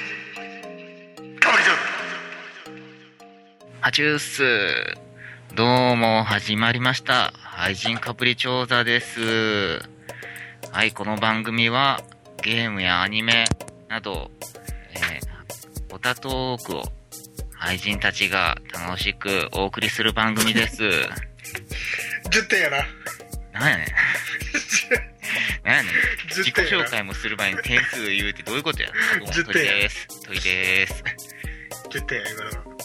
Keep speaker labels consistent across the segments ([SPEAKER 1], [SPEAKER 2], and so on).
[SPEAKER 1] ジたまりじゃ
[SPEAKER 2] ハチュース。どうも、始まりました。廃人かぶり調査です。はい、この番組は、ゲームやアニメなど、えー、オタトークを、廃人たちが楽しくお送りする番組 です。
[SPEAKER 1] 10点やな
[SPEAKER 2] なん やねん。なんやねん。自
[SPEAKER 1] 10
[SPEAKER 2] 己
[SPEAKER 1] 点や
[SPEAKER 2] 紹
[SPEAKER 1] な
[SPEAKER 2] 介もする前に点数言うってどういうことや。どうも、
[SPEAKER 1] 10
[SPEAKER 2] トイでーす。トイでーす。
[SPEAKER 1] 10点や今の
[SPEAKER 2] うる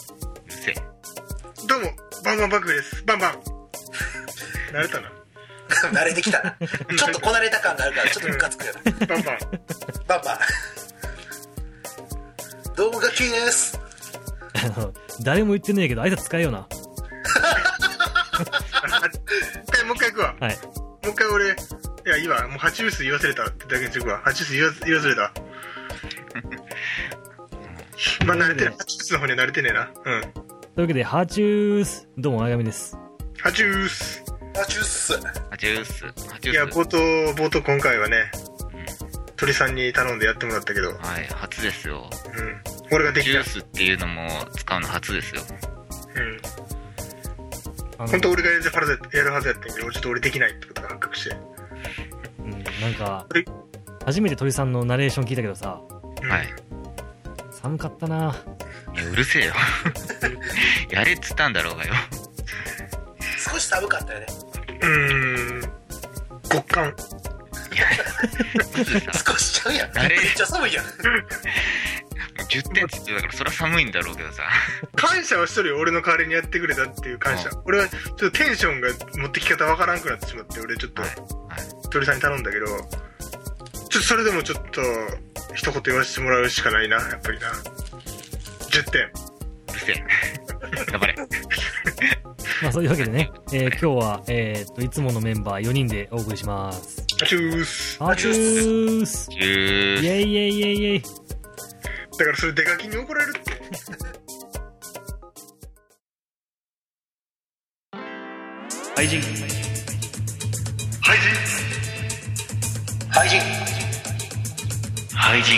[SPEAKER 2] せえ。
[SPEAKER 1] どうもバンバンバンクですバンバン慣れたな
[SPEAKER 3] 慣れてきたなちょっとこなれた感があるからちょっとムカつくよな
[SPEAKER 1] バンバン
[SPEAKER 3] バンバンどうもガッキーです
[SPEAKER 4] あの 誰も言ってねえけど挨拶使えよな
[SPEAKER 1] あ一回もう一回行くわも
[SPEAKER 4] はい、
[SPEAKER 1] う一回俺いやいいわもうハチュース言わせれたってだけにしとくわハチュース言わ言わせれたまあ慣れてるハチュースの方には慣れてねえなうん
[SPEAKER 4] というわけでハチュースどうもあやみです
[SPEAKER 1] ハチュース
[SPEAKER 3] あチュース
[SPEAKER 2] ハチュース。ハチ
[SPEAKER 1] い
[SPEAKER 2] ュ
[SPEAKER 1] や
[SPEAKER 2] ース。
[SPEAKER 1] 冒頭冒頭今回はね鳥さんに頼んでやってもらったけど、うん、
[SPEAKER 2] はい、初ですよ。
[SPEAKER 1] 俺がで
[SPEAKER 2] ジ
[SPEAKER 1] き
[SPEAKER 2] ュ
[SPEAKER 1] た
[SPEAKER 2] ー、スっていうのも使うの初ですよ。
[SPEAKER 1] うん、
[SPEAKER 4] あの
[SPEAKER 1] 本当俺がやるはずやるはずやったんやけどちょっと俺できないってことが発覚して、
[SPEAKER 4] うん、なんか
[SPEAKER 1] はい
[SPEAKER 4] 初めて鳥さんのナレーション聞いたけどさ
[SPEAKER 1] うん
[SPEAKER 2] はい。
[SPEAKER 4] 寒かったない
[SPEAKER 2] や、うるせえよ。 やれっつったんだろうがよ。
[SPEAKER 3] 少し寒かったよね
[SPEAKER 1] うーん極寒
[SPEAKER 2] マジでさ、
[SPEAKER 3] 少しちゃうやん
[SPEAKER 2] 慣れ
[SPEAKER 3] めっちゃ寒いやん
[SPEAKER 2] 10点っつってたから、そりゃ寒いんだろうけどさ。
[SPEAKER 1] 感謝はしとるよ俺の代わりにやってくれたっていう感謝、俺はちょっとテンションが持ってき方わからんくなってしまって俺ちょっと
[SPEAKER 2] はい
[SPEAKER 1] 鳥さんに頼んだけどちょっとそれでもちょっと一言言わせてもらうしかないなやっぱりな10点
[SPEAKER 2] うるせえ。頑張れ。
[SPEAKER 4] まあそういうわけ でね、えー今日は、えーっといつものメンバー4人でお送りします
[SPEAKER 1] ハチュース
[SPEAKER 4] ハチュ ース
[SPEAKER 2] ジュー
[SPEAKER 4] イ
[SPEAKER 2] ス。
[SPEAKER 4] エイイエイイエイイエイ
[SPEAKER 1] だからそれ出ガキに怒られるって
[SPEAKER 4] 愛人
[SPEAKER 1] 廃人
[SPEAKER 3] 廃人
[SPEAKER 2] 廃人。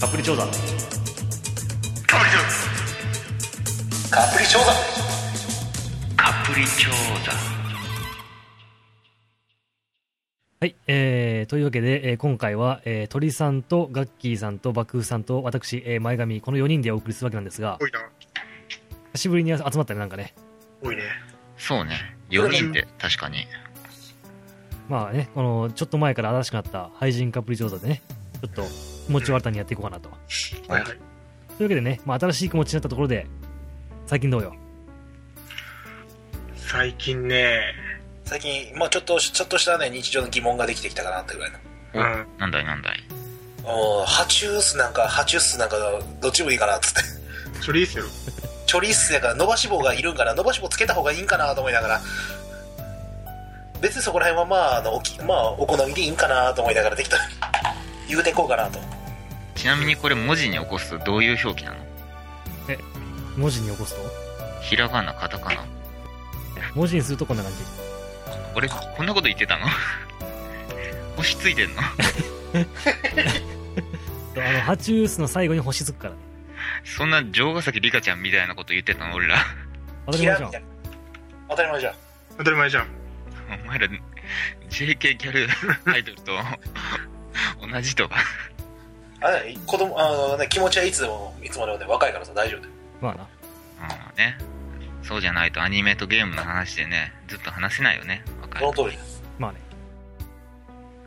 [SPEAKER 4] カプリ調査
[SPEAKER 1] 変わりじゃん
[SPEAKER 3] カプリ調査
[SPEAKER 2] カプリ調査。
[SPEAKER 4] はい、えー、というわけで、えー今回は、えー鳥さんとガッキーさんと爆風さんと私、えー前髪この4人でお送りするわけなんですが
[SPEAKER 1] 多いな
[SPEAKER 4] 久しぶりに集まったねなんかね
[SPEAKER 1] 多いね
[SPEAKER 2] そうね。4人って、確かに。
[SPEAKER 4] まあね、このちょっと前から新しくなった廃人カプリ調査でね、ちょっと気持ちを新たにやっていこうかなと。と
[SPEAKER 1] はいはい
[SPEAKER 4] いうわけでね、まあ、新しい気持ちになったところで、最近どうよ。
[SPEAKER 1] 最近ね
[SPEAKER 3] 最近、まあ、ちょっとちょっとしたね日常の疑問ができてきたかなってぐらいの
[SPEAKER 2] お
[SPEAKER 1] うん
[SPEAKER 2] なんだいなんだい。
[SPEAKER 3] おーハチュースなんかハチュースなんかどっちもいいかなっつって
[SPEAKER 1] それいいっすよ
[SPEAKER 3] チョリースやから伸ばし棒がいるんかな伸ばし棒つけた方がいいんかなと思いながら別にそこら辺はまああのおき、まあ、お好みでいいんかなと思いながらできた言うてこうかなと
[SPEAKER 2] ちなみにこれ文字に起こすとどういう表記なの
[SPEAKER 4] 文字に起こすと
[SPEAKER 2] ひらがな、カタカナ。
[SPEAKER 4] 文字にするとこんな感じ。
[SPEAKER 2] 俺、こんなこと言って たの星ついてんの
[SPEAKER 4] あの、ハチュースの最後に星つくからね。
[SPEAKER 2] そんな城ヶ崎リカちゃんみたいなこと言ってたの俺ら。
[SPEAKER 4] 当たり前
[SPEAKER 3] 嫌
[SPEAKER 4] じゃ
[SPEAKER 3] み
[SPEAKER 4] ん
[SPEAKER 3] た。いな当たり前じゃん
[SPEAKER 1] 当たり前じゃん
[SPEAKER 2] お前ら、JK ギャルアイドルと同じとか。
[SPEAKER 3] あれだね子供あの、ね、気持ちはいつでもいつまでもね若いからさ大丈夫だよ
[SPEAKER 4] まあな。
[SPEAKER 2] うん、ね。そうじゃないとアニメとゲームの話でね、ずっと話せないよね。わかる。
[SPEAKER 3] その通りだ
[SPEAKER 4] まあね。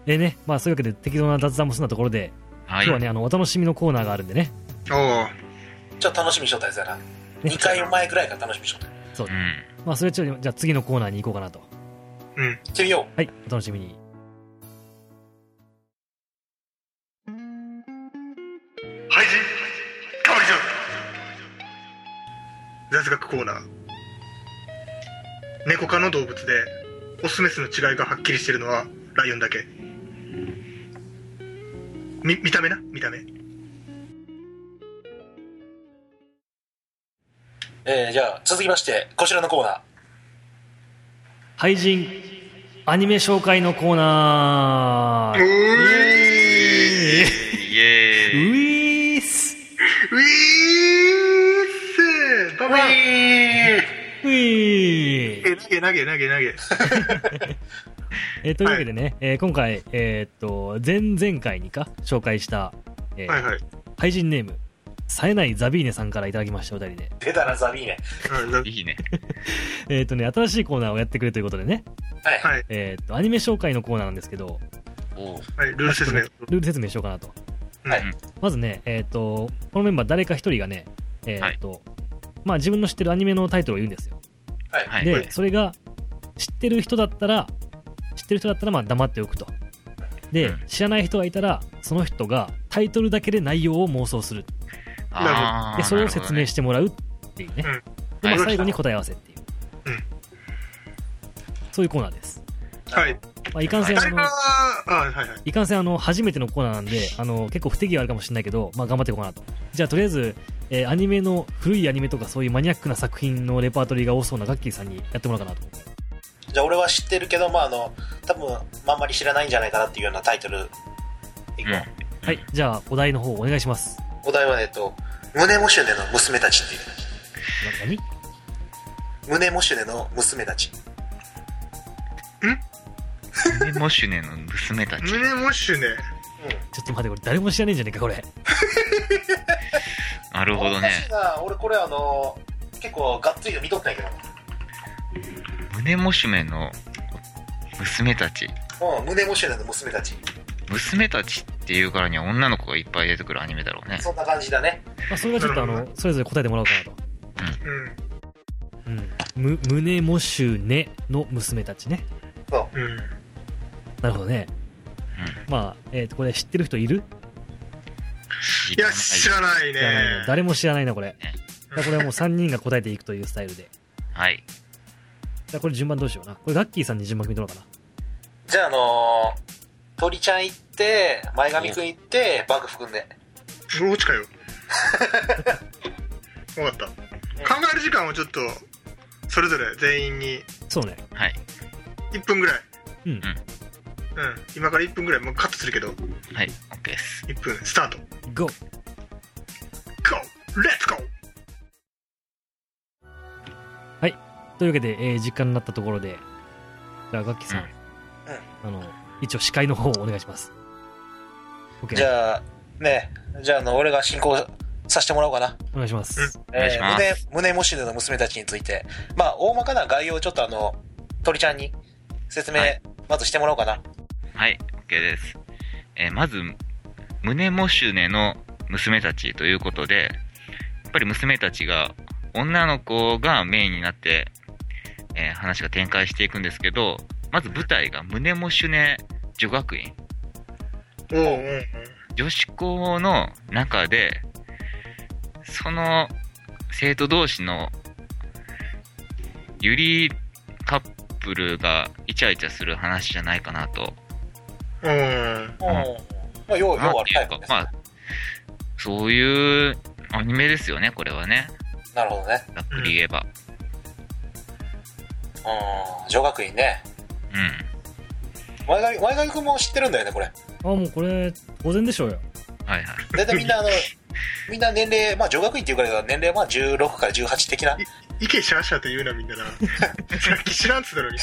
[SPEAKER 4] でね、まあそういうわけで適当な雑談も済んだところで、
[SPEAKER 2] は
[SPEAKER 4] 今日はね、あの、お楽しみのコーナーがあるんでね。
[SPEAKER 1] おお
[SPEAKER 3] ちょっと楽しみにしとったやつやな
[SPEAKER 4] ね
[SPEAKER 3] 2回前ぐらいから楽しみにしとった行
[SPEAKER 4] そう
[SPEAKER 2] う
[SPEAKER 4] ね。
[SPEAKER 2] ん。
[SPEAKER 4] まあそれちょっと、じゃあ次のコーナーに行こうかなと。
[SPEAKER 1] うん
[SPEAKER 3] ってみよう
[SPEAKER 4] はい、お楽しみに。
[SPEAKER 1] 廃人変わりじゃん雑学コーナー猫科の動物でオスメスの違いがはっきりしてるのはライオンだけみ見た目な見た目
[SPEAKER 3] えーじゃあ続きましてこちらのコーナー
[SPEAKER 4] 廃人アニメ紹介のコーナー
[SPEAKER 1] おーい
[SPEAKER 2] イエーイ。
[SPEAKER 1] げ投げ投げ投げ。
[SPEAKER 4] えーというわけでね、えー今回、えーっと、前々回にか紹介した、えー
[SPEAKER 1] はいはい。
[SPEAKER 4] 配信ネーム、冴えないザビーネさんからいただきました、お便りで。
[SPEAKER 3] 出たな、ザビーね。
[SPEAKER 1] うんだ
[SPEAKER 2] いいね。
[SPEAKER 4] えーっとね、新しいコーナーをやってくれということでね、
[SPEAKER 3] はい。
[SPEAKER 1] はい、
[SPEAKER 4] えーっと、アニメ紹介のコーナーなんですけど、
[SPEAKER 2] おう
[SPEAKER 1] はい、ルール説明。
[SPEAKER 4] ルール説明しようかなと。
[SPEAKER 3] はい
[SPEAKER 4] まずね、えーっと、このメンバー誰か一人がね、えーっと、まあ自分の知ってるアニメのタイトルを言うんですよ。
[SPEAKER 3] はい。
[SPEAKER 2] はい。
[SPEAKER 4] で、
[SPEAKER 1] はい
[SPEAKER 4] それが、知ってる人だったら、知ってる人だったら、まあ黙っておくと。で、
[SPEAKER 2] うん
[SPEAKER 4] 知らない人がいたら、その人がタイトルだけで内容を妄想する。
[SPEAKER 2] あ
[SPEAKER 4] で
[SPEAKER 2] ー
[SPEAKER 4] それを説
[SPEAKER 2] な
[SPEAKER 4] 明
[SPEAKER 2] る
[SPEAKER 4] してもらうっていうね、
[SPEAKER 1] うん
[SPEAKER 4] でま
[SPEAKER 2] は
[SPEAKER 4] あ
[SPEAKER 2] い
[SPEAKER 4] 最後に答え合わせっていう、
[SPEAKER 1] うん
[SPEAKER 4] そういうコーナーです、
[SPEAKER 1] はい。
[SPEAKER 4] まあ、いかんせん
[SPEAKER 1] あ
[SPEAKER 4] あ
[SPEAKER 1] れ
[SPEAKER 4] の、
[SPEAKER 1] は、あ、はいはい。
[SPEAKER 4] いかんせんあの初めてのコーナーなんであの結構不手際あるかもしれないけど、まあ、頑張っていこうかなとじゃあとりあえず、えーアニメの古いアニメとかそういうマニアックな作品のレパートリーが多そうなガッキーさんにやってもらおうかなと
[SPEAKER 3] じゃあ、俺は知ってるけど、まあ、あの、多分、まあ、あんまり知らないんじゃないかなっていうようなタイトル。いこ
[SPEAKER 2] ほどね
[SPEAKER 3] う。
[SPEAKER 2] うん
[SPEAKER 4] はいじゃあお題の方お願いします
[SPEAKER 3] お題はね、えっと、胸モシュネの娘たちっていう。
[SPEAKER 4] な何
[SPEAKER 3] 胸モシュネの娘たち。
[SPEAKER 2] 胸モシュネの娘たち。
[SPEAKER 1] 胸モッシュね。
[SPEAKER 3] うん。
[SPEAKER 4] ちょっと待ってこれ誰も知らねえんじゃねえかこれ
[SPEAKER 2] なるほど
[SPEAKER 3] おかしい
[SPEAKER 2] ね。
[SPEAKER 3] な。俺、これ、あの、結構、がっつりと見とったんやけ
[SPEAKER 2] 胸モシュネの娘たち。
[SPEAKER 3] ど。うん、胸モシュネの娘たち。
[SPEAKER 2] 娘たちっていうからには女の子がいっぱい出てくるアニメだろうね。
[SPEAKER 3] そんな感じだね。
[SPEAKER 4] まあそれはちょっとあ
[SPEAKER 1] なる
[SPEAKER 4] のそれぞれ答えてもらおうかなと
[SPEAKER 1] うん。
[SPEAKER 4] うん、む胸モシュネの娘たちね
[SPEAKER 1] うん。
[SPEAKER 4] なるほどね、まあ、えー、とこれ知ってる人いる、
[SPEAKER 2] 知
[SPEAKER 1] い
[SPEAKER 2] ら
[SPEAKER 1] や、
[SPEAKER 2] ない
[SPEAKER 1] 知らない
[SPEAKER 4] 知らない
[SPEAKER 1] ね
[SPEAKER 4] の。誰も知らないなこれ
[SPEAKER 2] ね
[SPEAKER 4] だからこれはもう3人が答えていくというスタイルで
[SPEAKER 2] はい。
[SPEAKER 4] じゃあこれ順番どうしようなこれガッキーさんに順番決めとろうか
[SPEAKER 3] じゃあ、あの鳥ちゃん行って、前髪くん行って、バグ含んで。
[SPEAKER 1] ブローチ かよ。わかった。考える時間をちょっと、それぞれ全員に
[SPEAKER 4] なそうね
[SPEAKER 2] はい。
[SPEAKER 1] 1分ぐらい。
[SPEAKER 4] うん
[SPEAKER 1] うん。今から1分ぐらい、もうカットするけど、
[SPEAKER 2] はい。OK です。
[SPEAKER 1] 1分、スタート。
[SPEAKER 4] GO!
[SPEAKER 1] GO! レッツゴー
[SPEAKER 4] というわけで、えー時間になったところでじゃあガッキーさ
[SPEAKER 2] う
[SPEAKER 4] ん、
[SPEAKER 2] ん
[SPEAKER 4] あの一応司会の方をお願いします OK
[SPEAKER 3] じゃあ、ね、じゃあ、あの、俺が進行させてもらおうかな。
[SPEAKER 4] お願いします、
[SPEAKER 2] お願いします
[SPEAKER 3] えー胸、胸もしねの娘たちについて、まあ、大まかな概要をちょっとあの、鳥ちゃんに説明
[SPEAKER 2] はい、
[SPEAKER 3] まずしてもらおうかな。
[SPEAKER 2] はい。OK です。えーまず、胸モシュネの娘たちということで、やっぱり娘たちが、女の子がメインになって、えー話が展開していくんですけど、まず舞台が胸モシュネ女学院。
[SPEAKER 1] おうおうおう
[SPEAKER 2] 女子校の中で、その生徒同士のユリカップルがイチャイチャする話じゃないかなと。
[SPEAKER 1] うん。
[SPEAKER 3] うんまあ、要は、
[SPEAKER 2] なん
[SPEAKER 3] 要は
[SPEAKER 2] て
[SPEAKER 3] タ
[SPEAKER 2] い
[SPEAKER 3] イ
[SPEAKER 2] う
[SPEAKER 3] プ
[SPEAKER 2] か
[SPEAKER 3] で、す、
[SPEAKER 2] まあ、そういうアニメですよね、これはね。
[SPEAKER 3] なるほどね。
[SPEAKER 2] ざっくり言えば。
[SPEAKER 3] うん、女学院ね。
[SPEAKER 2] う
[SPEAKER 3] 前髪、前髪くんも知ってるんだよね、これ。
[SPEAKER 4] あもうこれ当然でしょうよ
[SPEAKER 2] ん。はいはい。
[SPEAKER 3] だ いたいみんなあの、みんな年齢、まあ、女学院っていうからいは年齢はまあ16から18的な。
[SPEAKER 1] 意見シャーシャーって言うな、みん なな。さっき知らんっつったのに。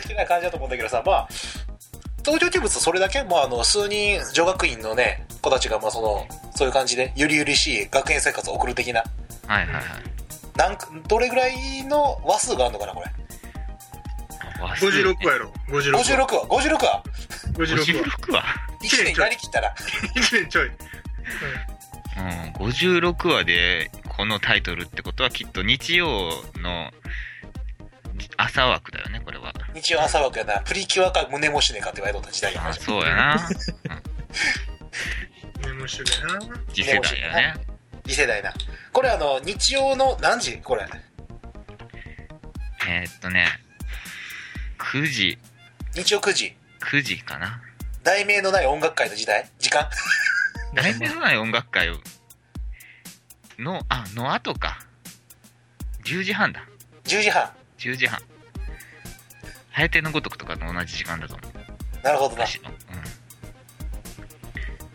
[SPEAKER 3] 的な感じだと思うんだけどさ、まあ、登場人物それだけ、まあ、あの、数人女学院のね、子たちが、まあ、その、そういう感じで、ゆりゆりしい学園生活を送る的な、
[SPEAKER 2] はいはいはい。
[SPEAKER 3] なんかどれぐらいの話数があるのかな、これ。
[SPEAKER 2] 和数ね
[SPEAKER 1] 56話やろ。56
[SPEAKER 3] 56
[SPEAKER 1] 話。
[SPEAKER 3] は、56は、
[SPEAKER 1] 56話。
[SPEAKER 2] 56話
[SPEAKER 3] 1年になりきったら、
[SPEAKER 1] 1年ちょい。
[SPEAKER 2] うん、56話でこのタイトルってことはきっと日曜の朝枠だよね、これは。
[SPEAKER 3] 日曜朝枠やな、プリキュアか胸もしねかって言われとった時代や
[SPEAKER 2] あ
[SPEAKER 3] な。
[SPEAKER 2] そうや な。
[SPEAKER 1] うん。面白いな。
[SPEAKER 2] 次世代 やね。
[SPEAKER 3] 次世代な。これ、あの、日曜の何時これ。
[SPEAKER 2] えーっとね、9時、
[SPEAKER 3] 日曜9時。
[SPEAKER 2] 9時かな。
[SPEAKER 3] 題名のない音楽会の時代時間
[SPEAKER 2] 題名のない音楽会をの、あ、の後か。10時半だ。
[SPEAKER 3] ?10 時半。
[SPEAKER 2] 10時半。早手のごとくとかと同じ時間だと思う。
[SPEAKER 3] なるほどな。
[SPEAKER 2] 私のうん。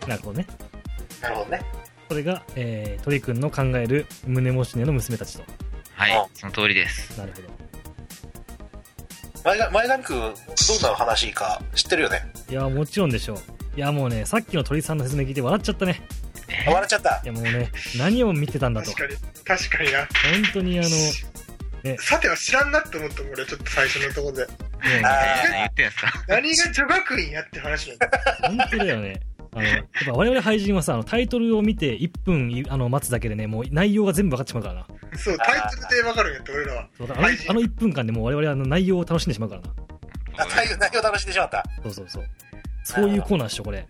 [SPEAKER 4] なるほどね
[SPEAKER 3] なるほどね。
[SPEAKER 4] これが、えー、鳥くんの考える胸モシュネの娘たちと
[SPEAKER 2] は
[SPEAKER 3] あ
[SPEAKER 2] い、その通りです。
[SPEAKER 4] なるほど
[SPEAKER 3] 前が前髪くん、どんな話か知ってるよね。
[SPEAKER 4] いや、もちろんでしょう。いや、もうね、さっきの鳥さんの説明聞いて笑っちゃったね。
[SPEAKER 3] あ笑っちゃった
[SPEAKER 4] い。や、も うね、何を見てたんだと。
[SPEAKER 1] 確
[SPEAKER 4] 本
[SPEAKER 1] かに確かにな
[SPEAKER 4] 当に、あの、
[SPEAKER 1] さては知らんなって思ったもん俺ちょっと最初のところで
[SPEAKER 4] ね
[SPEAKER 3] あ、
[SPEAKER 2] 言ってやつか。
[SPEAKER 1] 何が女学院やって話なんだ
[SPEAKER 4] 本当だよね。あの、やっぱ我々俳人はさ、あのタイトルを見て1分いあの待つだけでね、もう内容が全部分かっちまうからな。
[SPEAKER 1] そうタイトルで分かるんやって俺らは
[SPEAKER 4] そうだからあの
[SPEAKER 1] 俳人
[SPEAKER 4] あの1分間でもう我々はあの内容を楽しんでしまうからな。
[SPEAKER 3] あ内容内容楽しんでしまった。
[SPEAKER 4] そうそうそう。そういうコーナーっしょ、これ。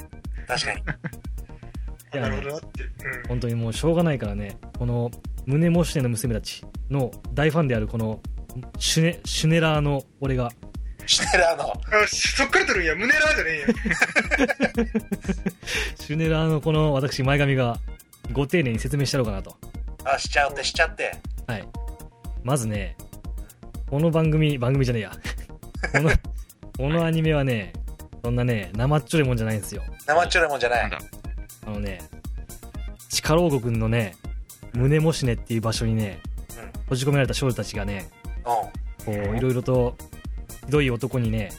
[SPEAKER 3] 確かに。
[SPEAKER 4] いや
[SPEAKER 1] なるほどなってうん
[SPEAKER 4] 本当にもうしょうがないからね、この、胸模しての娘たちの大ファンであるこの、シュネ、シュネラーの俺が、
[SPEAKER 3] シュネラーの。
[SPEAKER 1] あそっから取るんや胸らじゃねえんや
[SPEAKER 4] シュネラーのこの私、前髪が、ご丁寧に説明してやろうかなと。
[SPEAKER 3] あ、しちゃうって、しちゃって。
[SPEAKER 4] はい。まずね、この番組、番組じゃねえや。 この、このアニメはね、そんなね、生っちょいもんじゃないんですよ。
[SPEAKER 3] 生っちょろいもんじゃな
[SPEAKER 2] なん
[SPEAKER 3] い。
[SPEAKER 2] だ。
[SPEAKER 4] あのね、地下牢獄のね、胸もしねっていう場所にね、
[SPEAKER 3] うん
[SPEAKER 4] 閉じ込められた少女たちがね、
[SPEAKER 3] うん。
[SPEAKER 4] こう、いろいろと、ひどい男にね、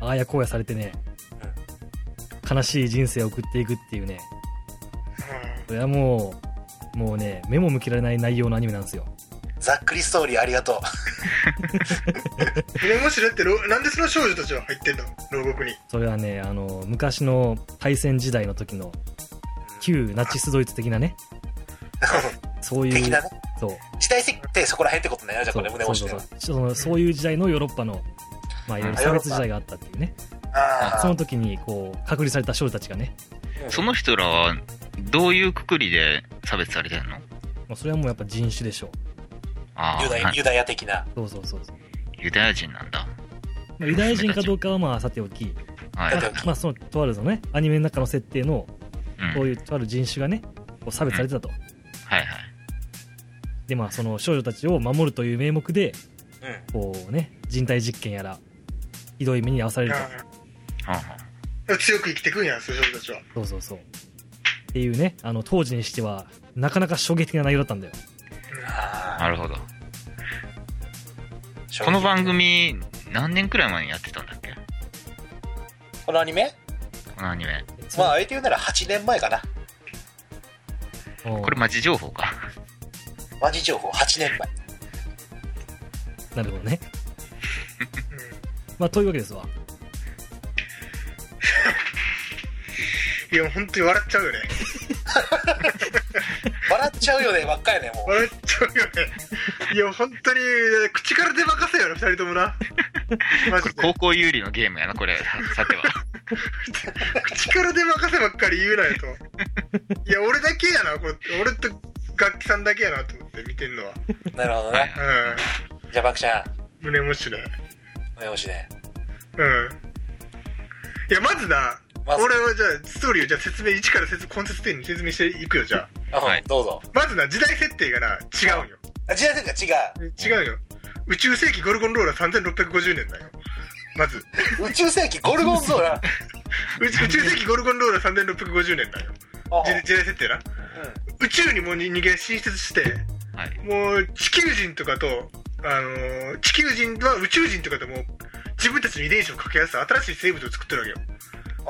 [SPEAKER 4] ああやこうやされてね、悲しい人生を送っていくっていうね、これはもう、もうね、目も向けられない内容のアニメなんですよ。
[SPEAKER 3] ざっくりストーリーありがとう。
[SPEAKER 1] 胸もしれってろなんでその少女たちは入ってんの牢獄に
[SPEAKER 4] それはね、あの、昔の大戦時代の時の、旧ナチスドイツ 的なね、そういう、
[SPEAKER 3] 的なね。
[SPEAKER 4] そう、
[SPEAKER 3] 時代設定そこら辺ってことね。じゃあ
[SPEAKER 4] そ
[SPEAKER 3] こ
[SPEAKER 4] う
[SPEAKER 3] れ胸
[SPEAKER 4] そう
[SPEAKER 3] 押し
[SPEAKER 4] そう
[SPEAKER 3] て
[SPEAKER 4] そう。そのそういう時代のヨーロッパの、まあ、いろいろ差別時代があったっていうね、
[SPEAKER 3] あ
[SPEAKER 4] そ
[SPEAKER 3] あ
[SPEAKER 4] の。時にこう隔離された少女たちがね、
[SPEAKER 2] その人らは、どういうくくりで差別されてんの
[SPEAKER 4] もうそれはもうやっぱ人種でしょ
[SPEAKER 2] あ
[SPEAKER 3] ユダヤ
[SPEAKER 2] あ、
[SPEAKER 3] ユダヤ的な。
[SPEAKER 4] そうそうそうそう、
[SPEAKER 2] ユダヤ人なんだ。
[SPEAKER 4] まあ、ユダヤ人かどうかはまあさておき、
[SPEAKER 2] は
[SPEAKER 3] だ
[SPEAKER 2] い
[SPEAKER 3] っ。て
[SPEAKER 4] まあ、そのとあるそのねアニメの中の設定の
[SPEAKER 2] うん
[SPEAKER 4] そういうとある人種がねこう差別されてたと、
[SPEAKER 2] はいはい。
[SPEAKER 4] でまあその少女たちを守るという名目で
[SPEAKER 3] うん。
[SPEAKER 4] こうね人体実験やらひどい目に遭わされると
[SPEAKER 2] はんはん
[SPEAKER 1] 強く生きてくんやそういう少女たちは
[SPEAKER 4] そうそうそうっていうねあの当時にしてはなかなか衝撃的な内容だったんだよ
[SPEAKER 3] あ
[SPEAKER 2] なるほど。
[SPEAKER 3] あ
[SPEAKER 2] この番組、何年くらい前にやってたんだっけ
[SPEAKER 3] このアニメ
[SPEAKER 2] このアニメ。
[SPEAKER 3] まあ、あえて言うなら8年前かな。
[SPEAKER 4] うん
[SPEAKER 2] これマジ情報か。
[SPEAKER 3] マジ情報8年前。
[SPEAKER 4] なるほどね
[SPEAKER 1] うん
[SPEAKER 4] まあというわけですわ
[SPEAKER 1] いや本当に笑っちゃうよね
[SPEAKER 3] 笑っちゃうよね、ばっかりね、もう。
[SPEAKER 1] 笑っちゃうよねいや本当に口から出まかせよな2人ともなマ
[SPEAKER 2] これ
[SPEAKER 1] ジ
[SPEAKER 2] 高
[SPEAKER 1] で
[SPEAKER 2] 校有利のゲームやな、これ。さては。
[SPEAKER 1] 口から出まかせばっかり言うなよといや俺だけやなこれ俺と楽器さんだけやなと思って見てんのは
[SPEAKER 3] なるほど
[SPEAKER 2] はい
[SPEAKER 3] ね。
[SPEAKER 1] うん
[SPEAKER 3] じゃあ、バクちゃん、
[SPEAKER 1] 胸もしね
[SPEAKER 3] 胸押しね。
[SPEAKER 1] うんいやまずな、
[SPEAKER 3] まず
[SPEAKER 1] 俺はじゃあストーリーをじゃあ説明1から説根節的に説明していくよじゃあ
[SPEAKER 2] はい
[SPEAKER 3] うん、どうぞ。
[SPEAKER 1] まずな時代設定がな違うんよ
[SPEAKER 3] あ時代設定が
[SPEAKER 1] 違うよ宇宙世紀ゴルゴンローラ3650年だよまず
[SPEAKER 3] 違う。宇宙世紀ゴルゴンゾ ーラ。
[SPEAKER 1] 宇宙宇宙世紀ゴルゴンローラ3650年だよ
[SPEAKER 3] あ
[SPEAKER 1] 時時代設定な
[SPEAKER 3] う
[SPEAKER 1] 宇宙にもう人間進出して
[SPEAKER 2] はい。
[SPEAKER 1] もう地球人とかと、あのー地球人は宇宙人とかともう自分たちの遺伝子を掛け合わせた新しい生物を作ってるわけ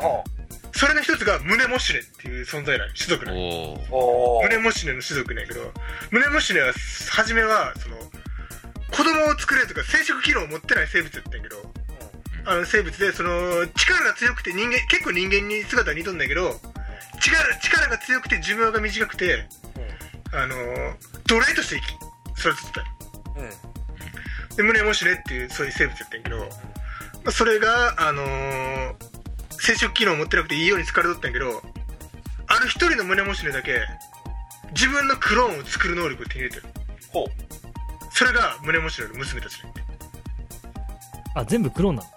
[SPEAKER 1] よ
[SPEAKER 3] ん
[SPEAKER 1] それの一つがムネモシュネっていう存在なんよ種族なんよ
[SPEAKER 2] おー。
[SPEAKER 3] お
[SPEAKER 1] ムネ
[SPEAKER 3] ー
[SPEAKER 1] モシュネの種族なんやけどムネモシュネは初めはその子供を作れるとか生殖機能を持ってない生物やったんやけどあの生物でその力が強くて人間結構人間に姿に似とんだけど力力が強くて寿命が短くてあの奴隷として生き育ててた
[SPEAKER 3] うんうん
[SPEAKER 1] でムネモシュレっていうそういう生物やったんやけど、まあ、それが、あのー生殖機能を持ってなくていいように使われとったんやけどある一人のムネモシュレだけ自分のクローンを作る能力を手に入れてる
[SPEAKER 3] ほう。
[SPEAKER 1] それがムネモシュレの娘たちなんや
[SPEAKER 4] あ全部クローンなの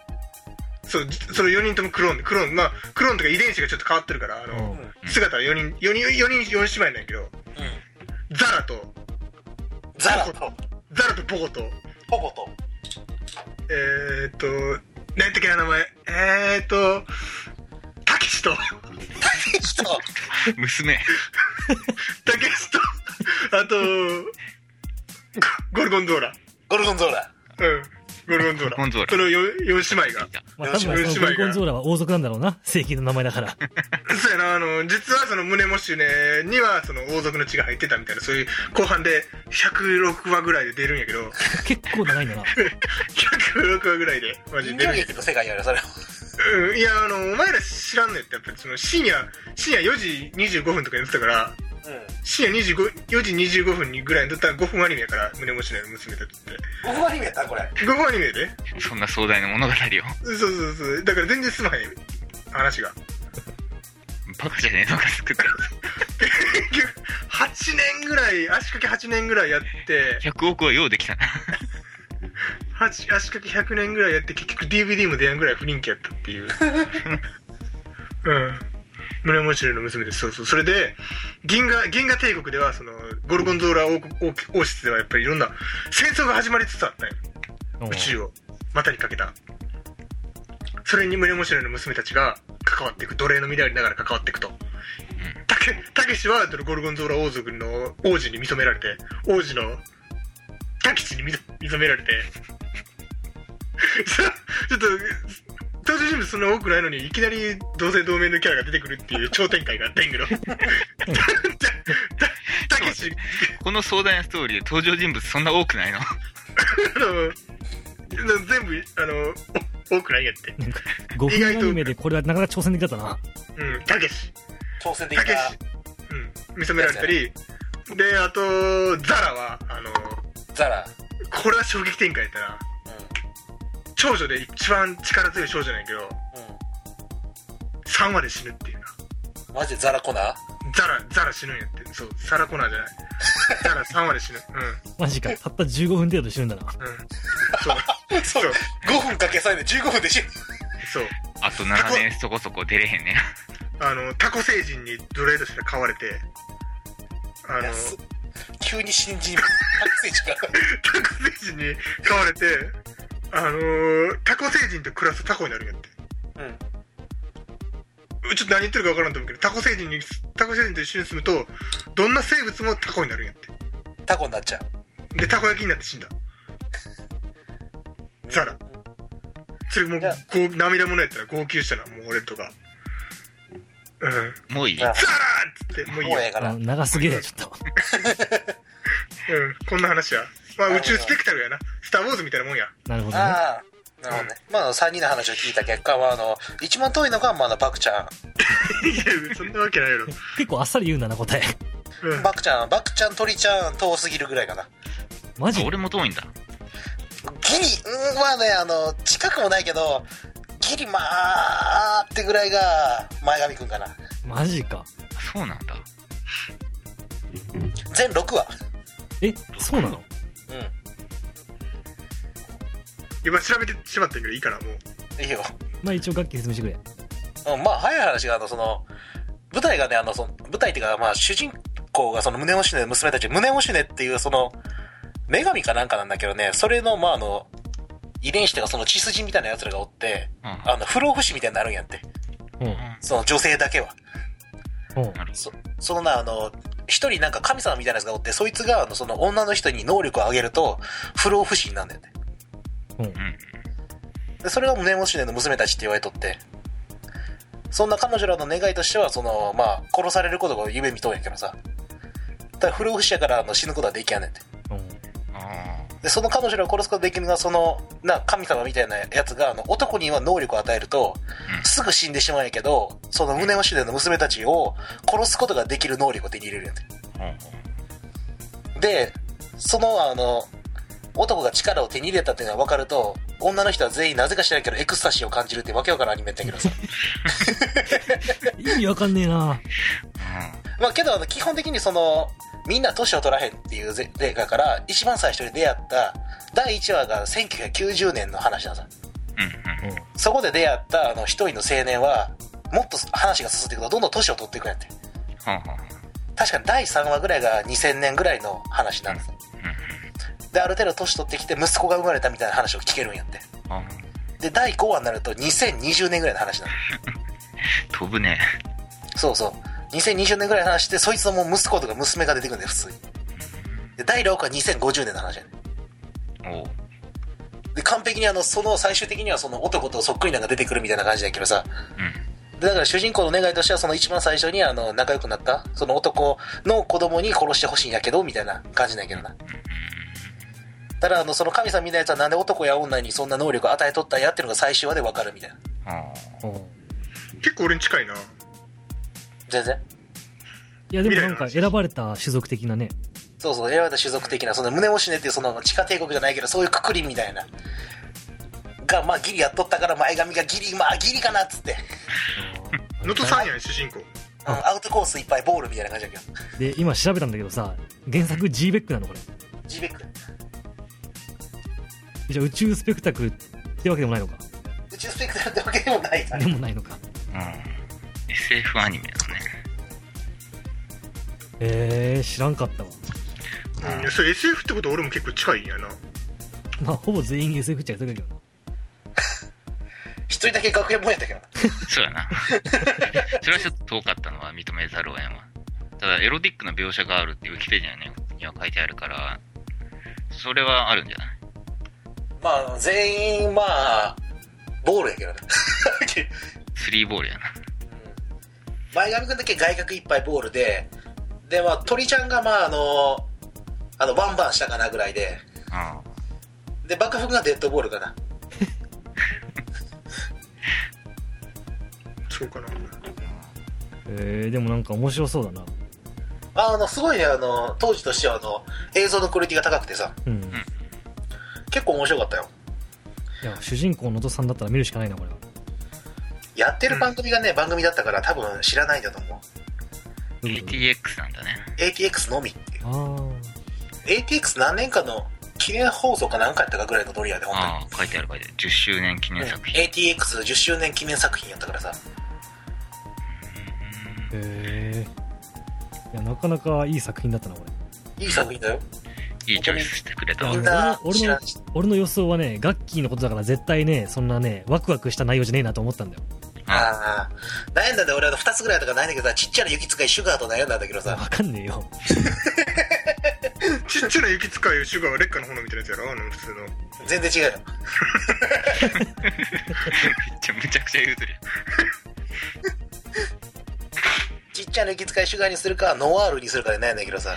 [SPEAKER 1] そうじその4人ともクローンでクローンまあクローンとか遺伝子がちょっと変わってるからあの、
[SPEAKER 4] うん
[SPEAKER 2] うん
[SPEAKER 1] 姿は4人4人4人4姉妹なんやけど
[SPEAKER 3] うん。
[SPEAKER 1] ザラと
[SPEAKER 3] ザラと、
[SPEAKER 1] ザラとポコと
[SPEAKER 3] ポコと、
[SPEAKER 1] えー、っと何やったっけな名前えー、っとたけしと
[SPEAKER 3] 人
[SPEAKER 2] 娘。
[SPEAKER 1] たけしとあとゴゴルゴンゾーラ
[SPEAKER 3] ゴルゴンゾーラ。
[SPEAKER 1] うんゴルゴンゾーラ。
[SPEAKER 2] ゴンゾーラ
[SPEAKER 1] その4姉妹が。
[SPEAKER 4] まあ、多分そのゴルゴンゾーラは王族なんだろうな。正規の名前だから。
[SPEAKER 1] そうやな、あの、実はその、胸もしね、には、その、王族の血が入ってたみたいな、そういう、後半で、106話ぐらいで出るんやけど、
[SPEAKER 4] 結構長いんだな。
[SPEAKER 1] 106話ぐらいで、マジ
[SPEAKER 3] 人
[SPEAKER 1] で出る
[SPEAKER 3] 形
[SPEAKER 1] んや
[SPEAKER 3] 劇の世界にあるよそれは
[SPEAKER 1] うん、いや、あの、お前ら知らんのやったら、やっぱりその、深夜、深夜4時25分とかやってたから、
[SPEAKER 3] うん
[SPEAKER 1] 深夜25 4時25分にぐらいに撮ったら5分アニメやから、胸もしねの娘だって。
[SPEAKER 3] 僕はアニメやったこれ
[SPEAKER 1] 5分アニメやで
[SPEAKER 2] そんな壮大な物語を。
[SPEAKER 1] そうそうそう。だから全然すまへん、話が。
[SPEAKER 2] バカじゃねえのか作ったや
[SPEAKER 1] 結局、8年ぐらい、足掛け8年ぐらいやって、
[SPEAKER 2] つ。100億はようできたな。
[SPEAKER 1] 足掛け100年ぐらいやって結局 DVD も出やんぐらい不人気やったっていううん胸持ちの娘ですそうそうそれで銀河銀河帝国ではそのゴルゴンゾーラ王国王王室ではやっぱりいろんな戦争が始まりつつあったんよ宇宙を股にかけたそれに胸持ちの娘たちが関わっていく奴隷の身でありながら関わっていくとたけたけしはそのゴルゴンゾーラ王族の王子に認められて王子のタキチに認認められてさちょっと登場人物そんな多くないのにいきなり同姓同名のキャラが出てくるっていう超展開があったんやけど たたたけし
[SPEAKER 2] この壮大なストーリーで登場人物そんな多くないの
[SPEAKER 1] あの全部あのお多くないんやって
[SPEAKER 4] なんか、5
[SPEAKER 1] 意外
[SPEAKER 4] 分
[SPEAKER 1] と
[SPEAKER 4] アニメでこれはなかなか挑戦的だったな。
[SPEAKER 1] うんたけし
[SPEAKER 3] 挑戦的
[SPEAKER 1] たけし
[SPEAKER 3] な、
[SPEAKER 1] うん、認められたりであとザラはあの
[SPEAKER 3] ザラ、
[SPEAKER 1] これは衝撃展開やったな
[SPEAKER 3] うん
[SPEAKER 1] 長女で一番力強い少女なんやけど3話で死ぬっていうな
[SPEAKER 3] うん、マジでザラコナー
[SPEAKER 1] ザラザラ死ぬんやってそうサラコナーじゃないザラ3話で死ぬう
[SPEAKER 4] マジか。たった15分程度で死ぬんだな。
[SPEAKER 1] んうんそうそ
[SPEAKER 3] そう
[SPEAKER 1] う
[SPEAKER 3] 5分かけさえで15分でし
[SPEAKER 1] そう
[SPEAKER 2] あと7年そこそこ出れへんね
[SPEAKER 1] あのタコ星人に奴隷として飼われてあの
[SPEAKER 3] 安っ 急に新人タクシーから
[SPEAKER 1] タコ星人に飼われてあのータコ星人と暮らすタコになるんやって
[SPEAKER 3] うん
[SPEAKER 1] ちょっと何言ってるか分からんと思うけどタコ星人にタコ星人と一緒に住むとどんな生物もタコになるんやって
[SPEAKER 3] タコになっちゃう
[SPEAKER 1] でたこ焼きになって死んだザラそれもう
[SPEAKER 3] いや
[SPEAKER 1] こう涙ものやったら号泣したらもう俺とかうんザラーっ
[SPEAKER 2] ん。もういい
[SPEAKER 3] あ
[SPEAKER 1] つってもういい
[SPEAKER 3] も
[SPEAKER 1] よ
[SPEAKER 3] うええから
[SPEAKER 4] あ長すぎるよ、ちょっと。
[SPEAKER 1] うんこんな話やまあ宇宙スペクタルやなスター・ウォーズみたいなもん や
[SPEAKER 4] なるほどね。
[SPEAKER 3] ああなるほどねまあ3人の話を聞いた結果はあの一番遠いのがまだバクちゃ
[SPEAKER 1] いやそんなわけないやろ、うん、
[SPEAKER 4] 結構あっさり言うんだな、答え。
[SPEAKER 3] んバクちゃんバクちゃん鳥ちゃん遠すぎるぐらいかな
[SPEAKER 4] マジ
[SPEAKER 2] 俺も遠いんだ。
[SPEAKER 3] ギリうんまあねあの近くもないけどギリまあってぐらいが前髪くんかな
[SPEAKER 4] マジか。
[SPEAKER 2] そうなんだ。
[SPEAKER 3] 全6話
[SPEAKER 4] え、そうなの
[SPEAKER 3] う
[SPEAKER 1] 今調べてしまったけどいいからもうん
[SPEAKER 3] いいよ
[SPEAKER 4] まあ一応楽器説明してくれ。
[SPEAKER 3] うん、まあ早い話があのその舞台がねあのその舞台っていうか、まあ、主人公がその胸をしね娘たち胸をしねっていうその女神かなんかなんだけどねそれのまああの遺伝子というかその血筋みたいなやつらがおって
[SPEAKER 2] うん。
[SPEAKER 3] あの不老不死みたいになるんやって
[SPEAKER 4] うん。う
[SPEAKER 2] うん
[SPEAKER 3] その女性だけは
[SPEAKER 4] ん。
[SPEAKER 2] なるほ
[SPEAKER 3] そそのなあの一人なんか神様みたいなやつがおってそいつがあのその女の人に能力を上げると不老不死になるんだよね
[SPEAKER 4] うん
[SPEAKER 2] ど。う。ん。
[SPEAKER 3] でそれが胸をしねの娘たちって言われとってそんな彼女らの願いとしてはその、まあ、殺されることが夢見とんやけどさただ不老不死やからあの死ぬことはできやねんって
[SPEAKER 4] うん。
[SPEAKER 2] あ
[SPEAKER 3] でその彼女らを殺すことができるのがそのな神様みたいなやつがあの男には能力を与えると
[SPEAKER 2] うん
[SPEAKER 3] すぐ死んでしまうんやけどその胸をしねの娘たちを殺すことができる能力を手に入れるんやんて
[SPEAKER 2] あ。ほう
[SPEAKER 3] でそのあの男が力を手に入れたっていうのが分かると女の人は全員なぜか知らんけどエクスタシーを感じるってわけわからんアニメやったけどさ
[SPEAKER 4] 意味わかんねえな。
[SPEAKER 3] まあけどあの基本的にそのみんな年を取らへんっていうぜ映画から一番最初に出会った第1話が1990年の話なんさ
[SPEAKER 2] うん。うん。
[SPEAKER 4] うん。
[SPEAKER 3] そこで出会ったあの一人の青年はもっと話が進んでいくとどんどん年を取っていくんやって
[SPEAKER 2] ほうほうほう。
[SPEAKER 3] 確かに第3話ぐらいが2000年ぐらいの話なんですである程度年取ってきて息子が生まれたみたいな話を聞けるんやって
[SPEAKER 2] うん。あ
[SPEAKER 3] で第5話になると2020年ぐらいの話なの
[SPEAKER 2] 飛ぶね。
[SPEAKER 3] そうそう2020年ぐらいの話でそいつのもう息子とか娘が出てくるんだよ普通にで第6話は2050年の話やね
[SPEAKER 2] おう。
[SPEAKER 3] で完璧にあのその最終的にはその男とそっくりなんか出てくるみたいな感じだけどさ
[SPEAKER 2] うん。
[SPEAKER 3] でだから主人公の願いとしてはその一番最初にあの仲良くなったその男の子供に殺してほしいんやけどみたいな感じなんやけどなただあのその神様みたいなやつはなんで男や女にそんな能力を与えとったんやっていうのが最終話でわかるみたいな
[SPEAKER 2] あ
[SPEAKER 4] うん
[SPEAKER 1] 結構俺に近いな。
[SPEAKER 3] 全然
[SPEAKER 4] いやでもなんか選ばれた種族的なね
[SPEAKER 3] そうそう選ばれた種族的なその胸をしねっていうその地下帝国じゃないけどそういうくくりみたいながまあギリやっとったから前髪がギリまあギリかなっつって、
[SPEAKER 1] 能登さんやん、主人公。
[SPEAKER 3] うんアウトコースいっぱいボールみたいな感じだけど
[SPEAKER 4] で今調べたんだけどさ原作 G ベックなのこれ
[SPEAKER 3] G ベック
[SPEAKER 4] じゃあ宇宙スペクタクルってわけでもないのか
[SPEAKER 3] 宇宙スペクタルってわけでもないから
[SPEAKER 4] でもないのか
[SPEAKER 2] あ。うん。SF アニメだね。
[SPEAKER 4] えー、知らんかったわ
[SPEAKER 1] うん、それ SF ってこと俺も結構近いんやな。
[SPEAKER 4] まあほぼ全員 SF っちゃ SF だけどな
[SPEAKER 3] 一人だけ学園もんやったけどな
[SPEAKER 2] そうやな。 それはちょっと遠かったのは認めざるを得んわ。ただ、エロディックな描写があるってウィキペディアにはには書いてあるから、それはあるんじゃない
[SPEAKER 3] まあ全員まあボールやけどな
[SPEAKER 2] スリーボールやな。
[SPEAKER 3] 前髪くんだけ外角いっぱいボールででまあ鳥ちゃんがまああのあのワンバンしたかなぐらいで
[SPEAKER 2] あ
[SPEAKER 3] で爆風がデッドボールかな
[SPEAKER 1] そうかな。
[SPEAKER 4] えー、でもなんか面白そうだな
[SPEAKER 3] あのすごいねあの当時としてはあの映像のクオリティが高くてさ
[SPEAKER 4] うん、い
[SPEAKER 3] 結構面白かったよ
[SPEAKER 4] や主人公のとさんだったら見るしかないなこれは
[SPEAKER 3] やってる番組がね、番組だったから多分知らないんだと思
[SPEAKER 2] あ。
[SPEAKER 3] う
[SPEAKER 2] ATX なんだね。
[SPEAKER 3] ATX のみっていう
[SPEAKER 4] あー
[SPEAKER 3] ATX 何年かの記念放送かなんかやったかぐらいのドリアで本当に
[SPEAKER 2] ああ、書いてある書いてある。10周年記念作品。
[SPEAKER 3] ATX10 周年記念作品やったからさ
[SPEAKER 4] へえいやなかなかいい作品だったなこれ
[SPEAKER 3] いい作品だよ
[SPEAKER 2] いいチョイスしてくれたわ
[SPEAKER 4] う
[SPEAKER 3] み
[SPEAKER 4] ん
[SPEAKER 3] んな
[SPEAKER 4] 俺も
[SPEAKER 3] 知らんし
[SPEAKER 4] 俺の予想はねガッキーのことだから絶対ねそんなねワクワクした内容じゃねえなと思ったんだよ
[SPEAKER 2] あ
[SPEAKER 3] ああ悩んだんだよ俺あの2つぐらいだから悩んだけどさちっちゃな雪使いシュガーと悩んだんだけどさ
[SPEAKER 4] わかんねえよ
[SPEAKER 1] ちっちゃな雪使いをシュガーは劣化の炎みたいなやつやろあの普通の。
[SPEAKER 3] 全然違うよ
[SPEAKER 2] めっちゃめちゃくちゃ言うてる
[SPEAKER 3] ちっちゃな雪使いシュガーにするかノワールにするかで悩んだけどさ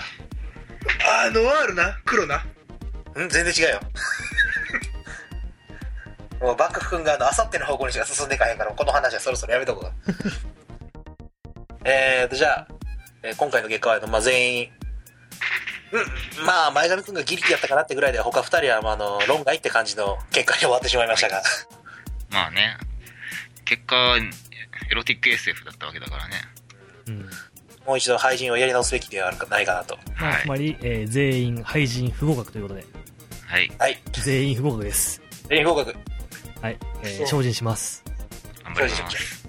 [SPEAKER 1] あー、ノワールな。黒な。
[SPEAKER 3] うん全然違うよ もうバックフ君があのさっての方向にしか進んでいかへんからこの話はそろそろやめとこうか えーとじゃあ、えー今回の結果はあの、まあ、全員うんまあ前髪君がギリギリやったかなってぐらいで他2人は、まあ、あの論外って感じの結果に終わってしまいましたが
[SPEAKER 2] まあね。結果、エロティック SF だったわけだからね。
[SPEAKER 4] うん
[SPEAKER 3] もう一度配信をやり直すべきではあるかないかなと
[SPEAKER 4] まあ
[SPEAKER 2] はい
[SPEAKER 4] つまり、えー全員廃人不合格ということで
[SPEAKER 2] はい。
[SPEAKER 3] はい
[SPEAKER 4] 全員不合格です
[SPEAKER 3] 全員合格
[SPEAKER 4] はい、えー精進します
[SPEAKER 2] 頑張ります。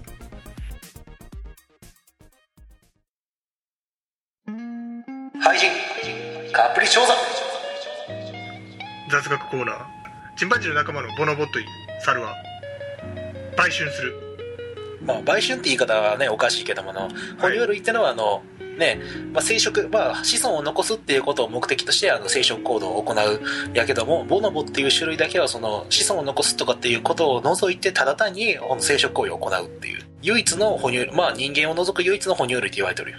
[SPEAKER 3] 配信カプリ調査
[SPEAKER 1] 雑学コーナー。チンパンジーの仲間のボノボという猿は、売春する。
[SPEAKER 3] まあ、売春って言い方はねおかしいけどもの哺乳類ってのはあの、ねまあ、生殖、まあ、子孫を残すっていうことを目的としてあの生殖行動を行うやけどもボノボっていう種類だけはその子孫を残すとかっていうことを除いてただ単にあの生殖行為を行うっていう唯一の哺乳、まあ、人間を除く唯一の哺乳類って言われてるよ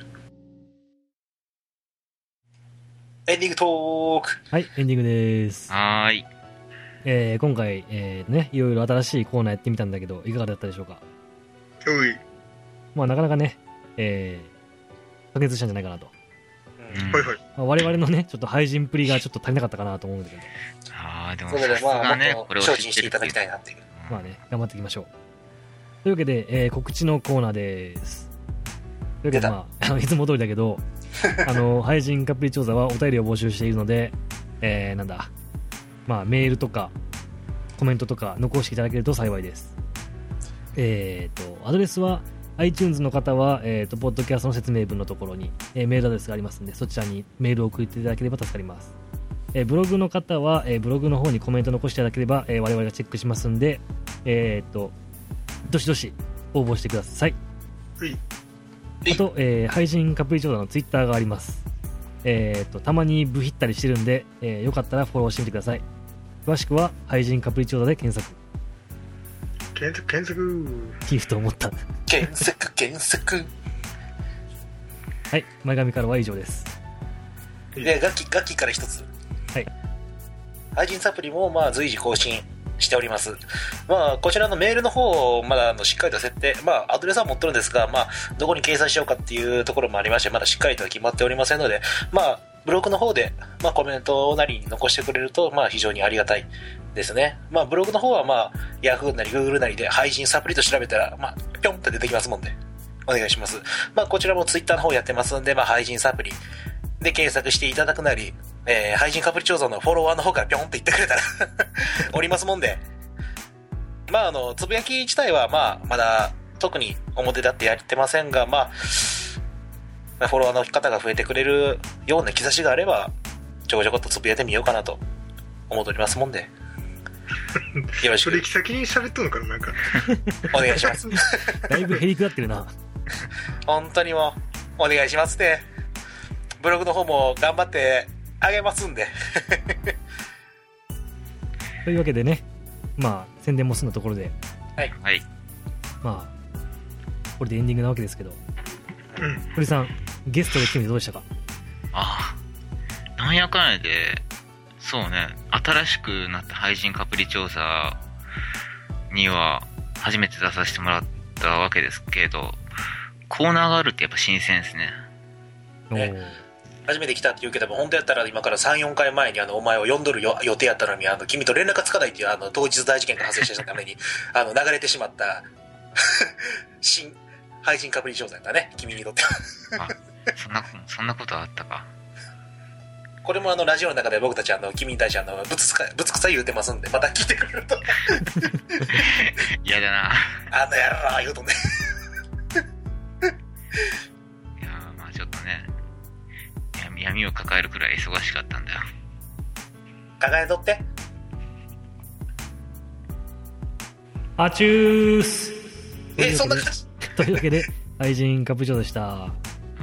[SPEAKER 3] エンディングトーク
[SPEAKER 4] はいエンディングです
[SPEAKER 2] はーい。
[SPEAKER 4] えー今回、えーねいろいろ新しいコーナーやってみたんだけどいかがだったでしょうか
[SPEAKER 1] おい。
[SPEAKER 4] まあなかなかねえー、白熱したんじゃないかなと、
[SPEAKER 2] うん
[SPEAKER 1] ほいほい。
[SPEAKER 4] まあ、我々のねちょっと廃人っぷりがちょっと足りなかったかなと思うんだけど
[SPEAKER 2] ああ、でも
[SPEAKER 3] それ
[SPEAKER 2] さ
[SPEAKER 3] ですま
[SPEAKER 2] が
[SPEAKER 3] あ
[SPEAKER 2] ね、
[SPEAKER 3] もっ
[SPEAKER 2] ことれを
[SPEAKER 3] 精
[SPEAKER 2] 知
[SPEAKER 3] 進
[SPEAKER 2] っ
[SPEAKER 3] してて
[SPEAKER 2] る
[SPEAKER 3] いただきたいなっていう
[SPEAKER 4] まあね、頑張っていきましょう。というわけで、えー告知のコーナーです。というわ
[SPEAKER 3] 出
[SPEAKER 4] けで、
[SPEAKER 3] た
[SPEAKER 4] まあ、あのいつも通りだ けど、あの、廃人カプリ調査はお便りを募集しているので、えーなんだ、まあ、メールとか、コメントとか残していただけると幸いです。えっ、と、アドレスは、iTunes の方は、えっ、と、ポッドキャストの説明文のところに、えーメールアドレスがありますので、そちらにメールを送っていただければ助かります。えーブログの方は、えーブログの方にコメント残していただければ、えー我々がチェックしますんで、えーっと、どしどし応募してください。
[SPEAKER 1] ほい。
[SPEAKER 3] い
[SPEAKER 4] あと、えー配信カプリチョーダのツイッターがあります。えーっと、たまにブヒったりしてるんで、えーよかったらフォローしてみてください。詳しくは廃人カプリチョーザで検索
[SPEAKER 1] 検索検索
[SPEAKER 4] 寄付と思った
[SPEAKER 3] 検索検索
[SPEAKER 4] はい前髪からは以上です
[SPEAKER 3] でガキガキから一つ
[SPEAKER 4] はい
[SPEAKER 3] 配信サプリもまあ随時更新しております。まあ、こちらのメールの方、まだあのしっかりと設定、まあ、アドレスは持ってるんですが、まあ、どこに掲載しようかっていうところもありまして、まだしっかりとは決まっておりませんので、まあ、ブログの方で、まあ、コメントなりに残してくれると、まあ、非常にありがたいですね。まあ、ブログの方は、まあ、Yahoo なり Google なりで配信サプリと調べたら、まあ、ぴょんって出てきますもんで、お願いします。まあ、こちらも Twitter の方やってますんで、まあ、配信サプリで検索していただくなり、えー、配信カプリ調査のフォロワーの方からぴょんって言ってくれたら おりますもんで。まあ、あの、つぶやき自体は、まあ、まだ、特に表立ってやってませんが、まあまあ、フォロワーの方が増えてくれるような兆しがあれば、ちょこちょこっとつぶやいてみようかなと思っておりますもんで。よろし
[SPEAKER 1] それ
[SPEAKER 3] く
[SPEAKER 1] 行き先に喋っとんのかななんか
[SPEAKER 3] お願いします。
[SPEAKER 4] だいぶ減り下ってるな
[SPEAKER 3] 本当にもう、お願いしますね。ブログの方も頑張ってあげますんで。
[SPEAKER 4] というわけでねまあ宣伝も済んだところで
[SPEAKER 2] はい。
[SPEAKER 4] まあこれでエンディングなわけですけど
[SPEAKER 1] うん
[SPEAKER 4] 堀さんゲストで来てみてどうでしたか
[SPEAKER 2] ああ。なんやかんやで、そうね、新しくなった廃人カプリ調査には初めて出させてもらったわけですけど、コーナーがあるってやっぱ新鮮ですね。
[SPEAKER 4] お
[SPEAKER 3] え
[SPEAKER 4] ー
[SPEAKER 3] 初めて来たって言うけども本当やったら今から34回前にあのお前を呼んどるよ予定やったのにあの君と連絡がつかないっていうあの当日大事件が発生したために あの流れてしまった 新配信隔離状態だね君にとって は
[SPEAKER 2] あ、そんな、そんなことあったか。
[SPEAKER 3] これもあのラジオの中で僕たちあの君に対してあのぶつつかぶつくさ言うてますんでまた聞いてくれると
[SPEAKER 2] 嫌だな。
[SPEAKER 3] あの野郎言うとね
[SPEAKER 2] いやーまあちょっとね、闇闇を抱えるくらい忙しかったんだよ。
[SPEAKER 3] 抱えとって
[SPEAKER 4] あちゅーす
[SPEAKER 3] えそんな感じ
[SPEAKER 4] というわけで愛人カプチョーザでした
[SPEAKER 2] は